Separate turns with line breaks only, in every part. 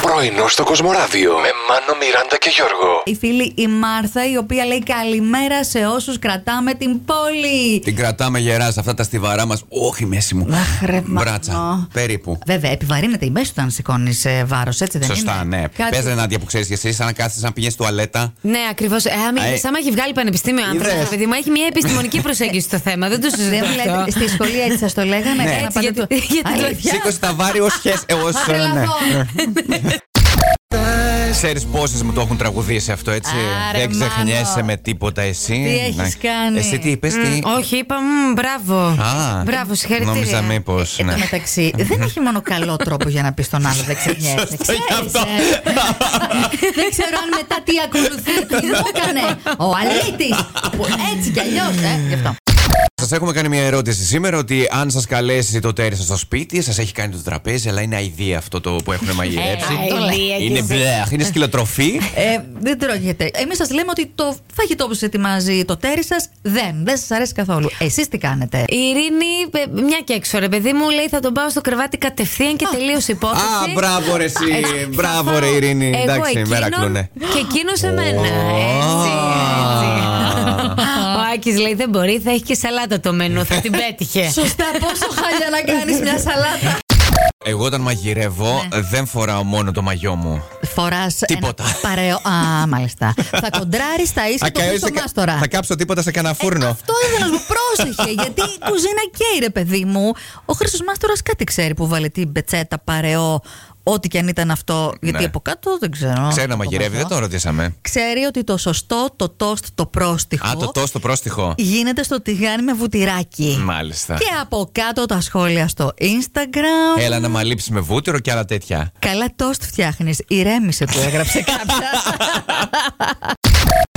Πρωινό στο Κοσμοράδιο με Μάνο, Μιράντα και Γιώργο.
Η φίλη η Μάρθα, η οποία λέει καλημέρα σε όσους κρατάμε την πόλη.
Την κρατάμε γεράς σε αυτά τα στιβαρά μας. Όχι, μέση μου.
Αχ, ρε, Μάνο.
Μπράτσα. Περίπου.
Βέβαια, επιβαρύνεται η μέση του αν σηκώνει βάρος, έτσι δεν είναι.
Σωστά, ναι.
Κάτι-
Πες ρε Νάντια που ξέρεις και εσύ, σαν να κάθεσαι να πηγαίνεις τουαλέτα.
Ναι, ακριβώς. Ε, άμα,
Ε,
άμα έχει βγάλει πανεπιστήμιο άνθρωπο,
είδες.
ρε παιδί μου, έχει μια επιστημονική προσέγγιση στο θέμα. Δεν το
Δεν
συζητώ.
βλέπετε. Στη σχολή έτσι σας το λέγανε.
Ναι.
Έκανα
Έτσι,
πάντα
γιατί-
το-
γιατί το-
Αλήθεια.
Σήκωσε τα βάρη ως χες. Ε, Εγώ
Μα, τρελαθώ.
Ξέρεις πόσες μου το έχουν τραγουδήσει αυτό, έτσι.
Άρε,
Δεν ξεχνιέσαι
Μάνο.
με τίποτα εσύ.
Τι έχεις
Να-
κάνει.
Εσύ τι είπες, τι.
Όχι, είπα μ, μπράβο.
Α,
μπράβο, συγχαρητήρια.
Νόμιζα μήπως.
Εν τω
Ναι.
μεταξύ, δεν έχει μόνο καλό τρόπο για να πεις στον άλλο δεν ξεχνιέσαι.
Σωστό
Ξέρεις,
και αυτό.
ε. δεν ξέρω αν μετά τι ακολουθεί, τι μου έκανε ο αλήτης. Που Έτσι κι αλλιώς, ε. γι' αυτό.
Σας έχουμε κάνει μια ερώτηση σήμερα ότι αν σας καλέσει το τέρι σας στο σπίτι, σας έχει κάνει το τραπέζι, αλλά είναι αηδία αυτό το που έχουν μαγειρέψει.
Ε, αηδία
είναι μπλεχ, είναι σκυλοτροφή.
Ε, δεν τρώγεται. Εμείς σας λέμε ότι το φαγητό που σας ετοιμάζει το τέρι σας δεν, δεν σας αρέσει καθόλου. Εσείς τι κάνετε.
Η Ειρήνη, ε, μια και έξω, ρε παιδί μου, λέει θα τον πάω στο κρεβάτι κατευθείαν και τελείωσε η υπόθεση.
Α, μπράβο ρε εσύ,
Ε,
Έτσι, θα
μπράβο ρε
φάω
Ειρήνη.
εγώ
Εντάξει,
εκείνον
μέρα κλούνε.
Και εκείνο σε μένα. Έτσι, έτσι. Ο Άκη λέει δεν μπορεί, θα έχει και σαλάτα το μενού, θα την πέτυχε.
Σωστά, πόσο χάλια να κάνεις μια σαλάτα.
Εγώ όταν μαγειρεύω
Ναι.
δεν φοράω μόνο το μαγιό μου.
Φοράς
Τίποτα.
παρέο. Α, μάλιστα. θα κοντράρεις τα ίσια του
καίσω-
στο μάστορα.
θα κάψω τίποτα σε κανένα
Ε,
φούρνο.
αυτό ήθελα να σου πω. Πρόσεχε, γιατί η κουζίνα καίει, ρε παιδί μου. Ο Χρήστο Μάστορας κάτι ξέρει που βάλε την πετσέτα παρεό, ό,τι και αν ήταν αυτό. Γιατί από κάτω δεν ξέρω.
Ξέρει να
Το
Ναι. μαγειρεύει,
βάζω.
δεν το ρωτήσαμε.
Ξέρει ότι το σωστό, το τόστ, το πρόστιχο.
Α, το τόστο πρόστιχο.
Γίνεται στο τηγάνι με βουτυράκι.
Μάλιστα.
Και από κάτω τα σχόλια στο Instagram.
Έλα να μαλύψεις με βούτυρο και άλλα τέτοια.
Καλά τόστ φτιάχνεις, ηρέμησε του έγραψε κάποια.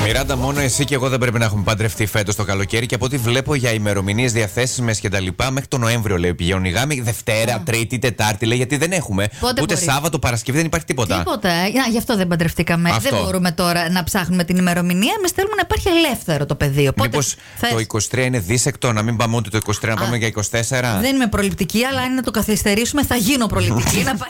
Μιράντα, μόνο εσύ και εγώ δεν πρέπει να έχουμε παντρευτεί φέτος το καλοκαίρι και από ό,τι βλέπω για ημερομηνίες, διαθέσεις μες και τα λοιπά, μέχρι τον Νοέμβριο λέει πηγαίνουν οι γάμοι. Δευτέρα, Τρίτη, Τετάρτη λέει γιατί δεν έχουμε.
Πότε
Ούτε
μπορεί.
Σάββατο, Παρασκευή δεν υπάρχει τίποτα.
Τίποτα. ε. Να, γι' αυτό δεν παντρευτήκαμε.
Αυτό.
Δεν μπορούμε τώρα να ψάχνουμε την ημερομηνία. Εμείς θέλουμε να υπάρχει ελεύθερο το πεδίο. Οπότε
Μήπως
θες-
το 23 είναι δίσεκτο, να μην πάμε ούτε το 23, να πάμε για 24.
Δεν είμαι προληπτική, αλλά αν είναι να το καθυστερήσουμε, θα γίνω προληπτική. να πάει.